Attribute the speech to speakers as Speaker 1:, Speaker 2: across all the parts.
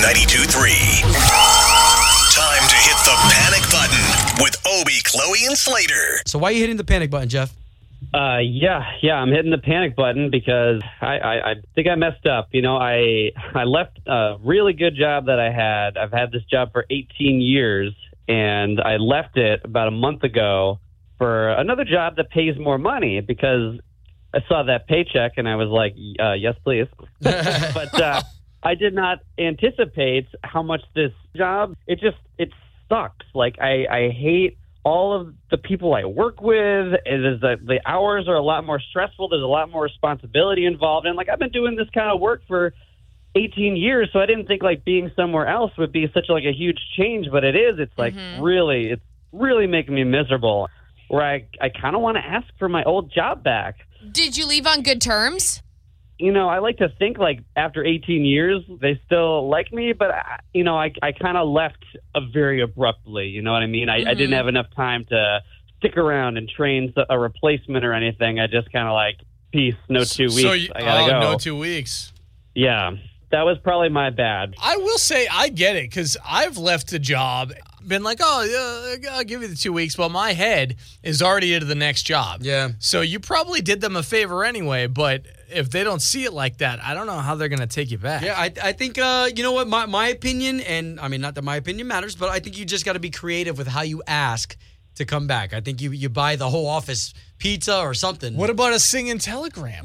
Speaker 1: 92.3. Time to hit the panic button with Obie, Chloe, and Slater.
Speaker 2: So why are you hitting the panic button, Jeff?
Speaker 3: Uh, yeah, yeah, I'm hitting the panic button because I, I, I think I messed up. You know, I I left a really good job that I had. I've had this job for 18 years, and I left it about a month ago for another job that pays more money because I saw that paycheck and I was like, uh, yes, please. but uh, I did not anticipate how much this job. It just it sucks. Like I I hate all of the people I work with. It is that the hours are a lot more stressful. There's a lot more responsibility involved. And like I've been doing this kind of work for 18 years, so I didn't think like being somewhere else would be such like a huge change. But it is. It's like really, it's really making me miserable. Where I I kind of want to ask for my old job back.
Speaker 4: Did you leave on good terms?
Speaker 3: you know, I like to think like after 18 years, they still like me, but I, you know, I, I kind of left uh, very abruptly. You know what I mean? I, I
Speaker 5: Mm-hmm.
Speaker 3: didn't have enough time to stick around and train s- a replacement or anything. I just kind of like, peace, no two weeks.
Speaker 5: So you,
Speaker 3: I gotta
Speaker 5: oh,
Speaker 3: go.
Speaker 5: no two weeks.
Speaker 3: yeah, that was probably my bad.
Speaker 5: I will say I get it because I've left a job, been like, oh, yeah, I'll give you the two weeks, but my head is already into the next job.
Speaker 2: Yeah.
Speaker 5: So you probably did them a favor anyway, but if they don't see it like that, I don't know how they're going to take you back.
Speaker 2: Yeah, I, I think uh, you know what my my opinion, and I mean not that my opinion matters, but I think you just got to be creative with how you ask to come back. I think you you buy the whole office pizza or something.
Speaker 5: What about a singing telegram?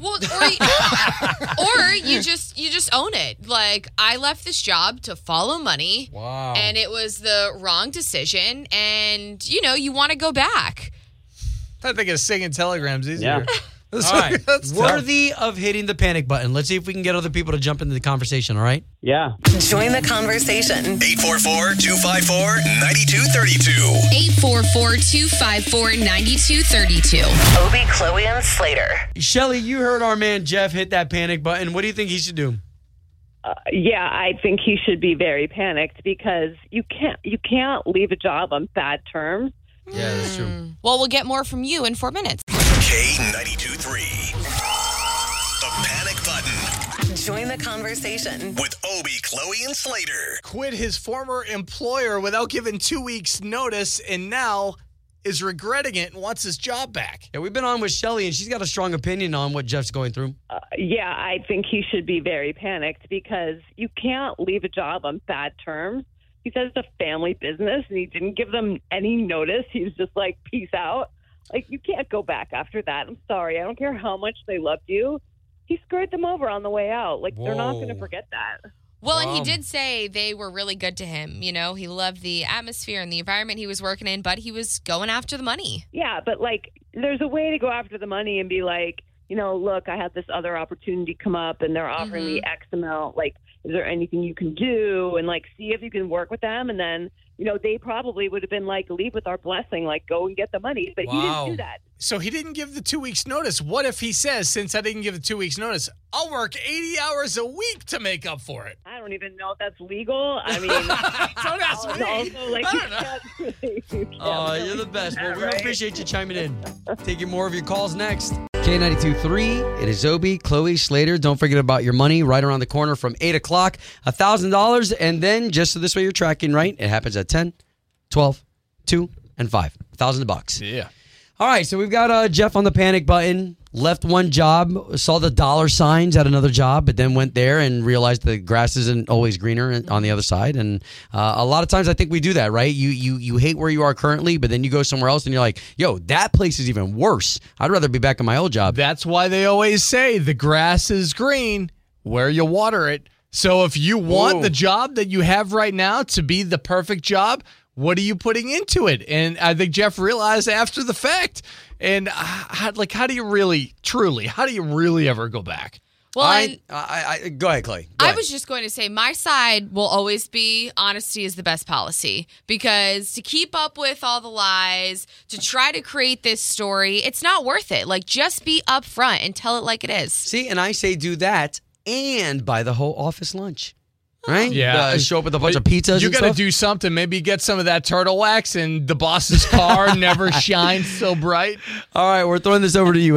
Speaker 4: Well, or, you- or you just you just own it. Like I left this job to follow money.
Speaker 2: Wow.
Speaker 4: And it was the wrong decision, and you know you want to go back.
Speaker 5: I think a singing telegram's easier.
Speaker 3: Yeah.
Speaker 5: That's-
Speaker 2: all right,
Speaker 5: that's tough.
Speaker 2: worthy of hitting the panic button. Let's see if we can get other people to jump into the conversation. All right.
Speaker 3: Yeah.
Speaker 6: Join the conversation.
Speaker 1: 844-254-9232.
Speaker 4: 844-254-9232.
Speaker 6: Obie, Chloe, and Slater.
Speaker 2: Shelly, you heard our man Jeff hit that panic button. What do you think he should do?
Speaker 7: yeah, I think he should be very panicked because you can't you can't leave a job on bad terms.
Speaker 2: Yeah, that's true.
Speaker 4: Well, we'll get more from you in 4 minutes.
Speaker 1: K92-3. The panic button
Speaker 6: Join the conversation.
Speaker 1: with Obie, Chloe, and Slater.
Speaker 5: Quit his former employer without giving two weeks' notice and now is regretting it and wants his job back.
Speaker 2: Yeah, we've been on with Shelly, and she's got a strong opinion on what Jeff's going through.
Speaker 7: Yeah, I think he should be very panicked because you can't leave a job on bad terms. He says it's a family business and he didn't give them any notice. He's just like, peace out. Like, you can't go back after that. I'm sorry. I don't care how much they loved you. He screwed them over on the way out. Like, they're not going to
Speaker 2: Whoa.
Speaker 7: forget that.
Speaker 4: Well, and he
Speaker 2: Wow.
Speaker 4: did say they were really good to him. You know, he loved the atmosphere and the environment he was working in, but he was going after the money.
Speaker 7: Yeah, but like, there's a way to go after the money and be like, you know, look, I had this other opportunity come up and they're offering me X amount. Like, is there anything you can do? And like, see if you can work with them. And then, you know, they probably would have been like, leave with our blessing, like, go and get the money. But he
Speaker 2: Wow.
Speaker 7: didn't do that.
Speaker 5: So he didn't give the two weeks' notice. What if he says, since I didn't give the two weeks' notice, I'll work 80 hours a week to make up for it?
Speaker 7: I don't even know if that's legal. I mean, don't
Speaker 5: ask me.
Speaker 7: Also, like,
Speaker 5: I
Speaker 7: you
Speaker 5: don't know.
Speaker 7: can't really- you can't
Speaker 2: Oh,
Speaker 7: really
Speaker 2: you're the
Speaker 7: do
Speaker 2: best.
Speaker 7: that,
Speaker 2: Well, we
Speaker 7: right?
Speaker 2: appreciate you chiming in. Taking more of your calls next. K92.3, it is Obi, Chloe, Slater. Don't forget about your money right around the corner from 8 o'clock. $1,000. And then, just so this way you're tracking right, it happens at 10, 12, 2, and 5. 1000 bucks.
Speaker 5: Yeah.
Speaker 2: All right, so we've got uh, Jeff on the panic button. Left one job, saw the dollar signs at another job, but then went there and realized the grass isn't always greener on the other side. And uh, a lot of times, I think we do that, right? You you you hate where you are currently, but then you go somewhere else and you're like, "Yo, that place is even worse. I'd rather be back in my old job."
Speaker 5: That's why they always say the grass is green where you water it. So if you want
Speaker 2: Ooh.
Speaker 5: the job that you have right now to be the perfect job, what are you putting into it? And I think Jeff realized after the fact. And uh, how, like, how do you really, truly, how do you really ever go back?
Speaker 4: Well,
Speaker 2: I,
Speaker 4: and
Speaker 2: I, I go ahead, Clay. Go
Speaker 4: I
Speaker 2: ahead.
Speaker 4: was just going to say my side will always be honesty is the best policy because to keep up with all the lies, to try to create this story, it's not worth it. Like just be upfront and tell it like it is.
Speaker 2: see, and I say do that and buy the whole office lunch. right?
Speaker 5: Yeah.
Speaker 2: Uh, show up with a bunch of pizzas.
Speaker 5: You
Speaker 2: and
Speaker 5: got to
Speaker 2: stuff.
Speaker 5: do something. Maybe get some of that turtle wax, and the boss's car never shines so bright.
Speaker 2: All right, we're throwing this over to you.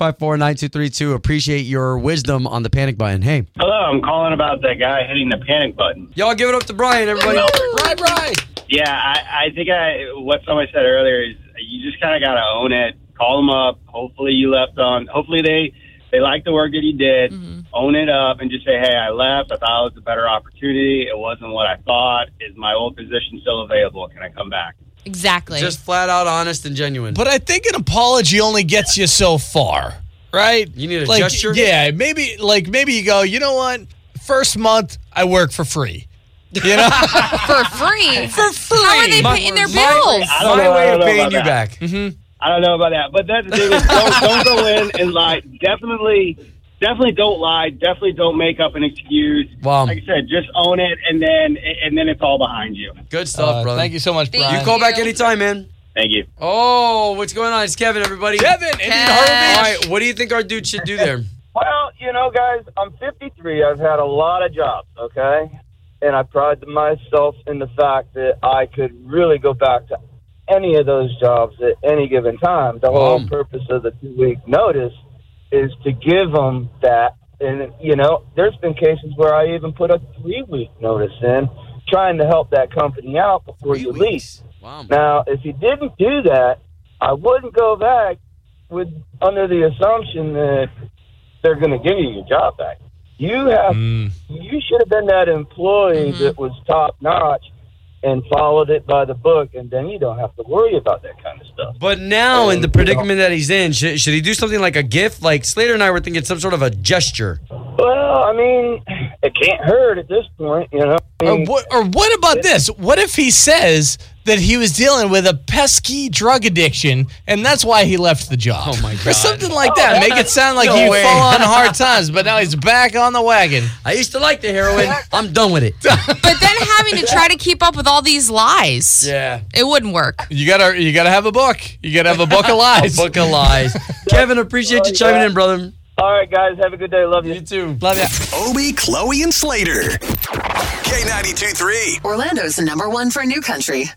Speaker 2: 844-254-9232. Appreciate your wisdom on the panic button. Hey,
Speaker 8: Hello, I'm calling about that guy hitting the panic button.
Speaker 2: y'all give it up to Brian, everybody.
Speaker 5: Right, right.
Speaker 8: Yeah, I, I think I what somebody said earlier is you just kind of got to own it. Call them up. Hopefully you left on. Hopefully they they like the work that you did. Own it up and just say, hey, I left. I thought it was a better opportunity. It wasn't what I thought. Is my old position still available? Can I come back?
Speaker 4: Exactly.
Speaker 2: Just flat out honest and genuine.
Speaker 5: But I think an apology only gets you so far, right?
Speaker 2: You need a
Speaker 5: like,
Speaker 2: gesture?
Speaker 5: Yeah, maybe like maybe you go, you know what? First month I work for free. You know?
Speaker 4: for free.
Speaker 5: for free.
Speaker 4: How are they paying their bills?
Speaker 8: I
Speaker 2: My
Speaker 8: don't know, I
Speaker 2: way
Speaker 8: don't
Speaker 2: of
Speaker 8: know
Speaker 2: paying
Speaker 8: about
Speaker 2: you
Speaker 8: that. Mm-hmm.
Speaker 2: back.
Speaker 8: I don't know about that, but that's the thing. Is don't, don't go in and lie. Definitely, definitely don't lie. Definitely don't make up an excuse.
Speaker 2: Wow.
Speaker 8: Like I said, just own it, and then and then it's all behind you.
Speaker 2: Good stuff,
Speaker 5: Uh,
Speaker 2: brother.
Speaker 5: thank you so much,
Speaker 4: Thank
Speaker 5: Brian.
Speaker 2: You call back
Speaker 4: you.
Speaker 2: anytime, man.
Speaker 8: Thank you.
Speaker 2: Oh, what's going on? It's Kevin, everybody.
Speaker 5: Kevin, and
Speaker 4: Kev.
Speaker 2: All right, what do you think our dude should do there?
Speaker 9: Well, you know, guys, I'm 53. I've had a lot of jobs, okay? And I pride myself in the fact that I could really go back to any of those jobs at any given time. The whole
Speaker 2: Boom.
Speaker 9: purpose of the two week notice is to give them that. And, you know, there's been cases where I even put a three week notice in trying to help that company out before you leave.
Speaker 2: Wow.
Speaker 9: Now, if he didn't do that, I wouldn't go back with under the assumption that they're going to give you your job back. You have
Speaker 5: Mm.
Speaker 9: you should have been that employee that was top notch and followed it by the book, and then you don't have to worry about that kind of stuff.
Speaker 2: But now, in the predicament that he's in, should, should he do something like a gift? Like Slater and I were thinking some sort of a gesture.
Speaker 9: Well, I mean, it can't hurt at this point, you know. I
Speaker 5: Or
Speaker 9: mean,
Speaker 5: Uh, what, or what about this? What if he says that he was dealing with a pesky drug addiction and that's why he left the job?
Speaker 2: Oh, my
Speaker 5: Or
Speaker 2: God. Oh,
Speaker 5: something like that. Make it sound like
Speaker 2: No
Speaker 5: he
Speaker 2: way.
Speaker 5: fell on hard times, but now he's back on the wagon.
Speaker 2: I used to like the heroin. I'm done with it.
Speaker 4: But then having to try to keep up with all these lies.
Speaker 2: yeah.
Speaker 4: It wouldn't work.
Speaker 5: You gotta you gotta have a book. You gotta have a book of lies.
Speaker 2: Book of lies. Kevin, appreciate
Speaker 8: Oh,
Speaker 2: you chiming in, brother.
Speaker 9: all right, guys, have a good day. Love you.
Speaker 2: too. Love you.
Speaker 1: Obie, Chloe, and Slater. K92 3.
Speaker 6: Orlando's number one for new country.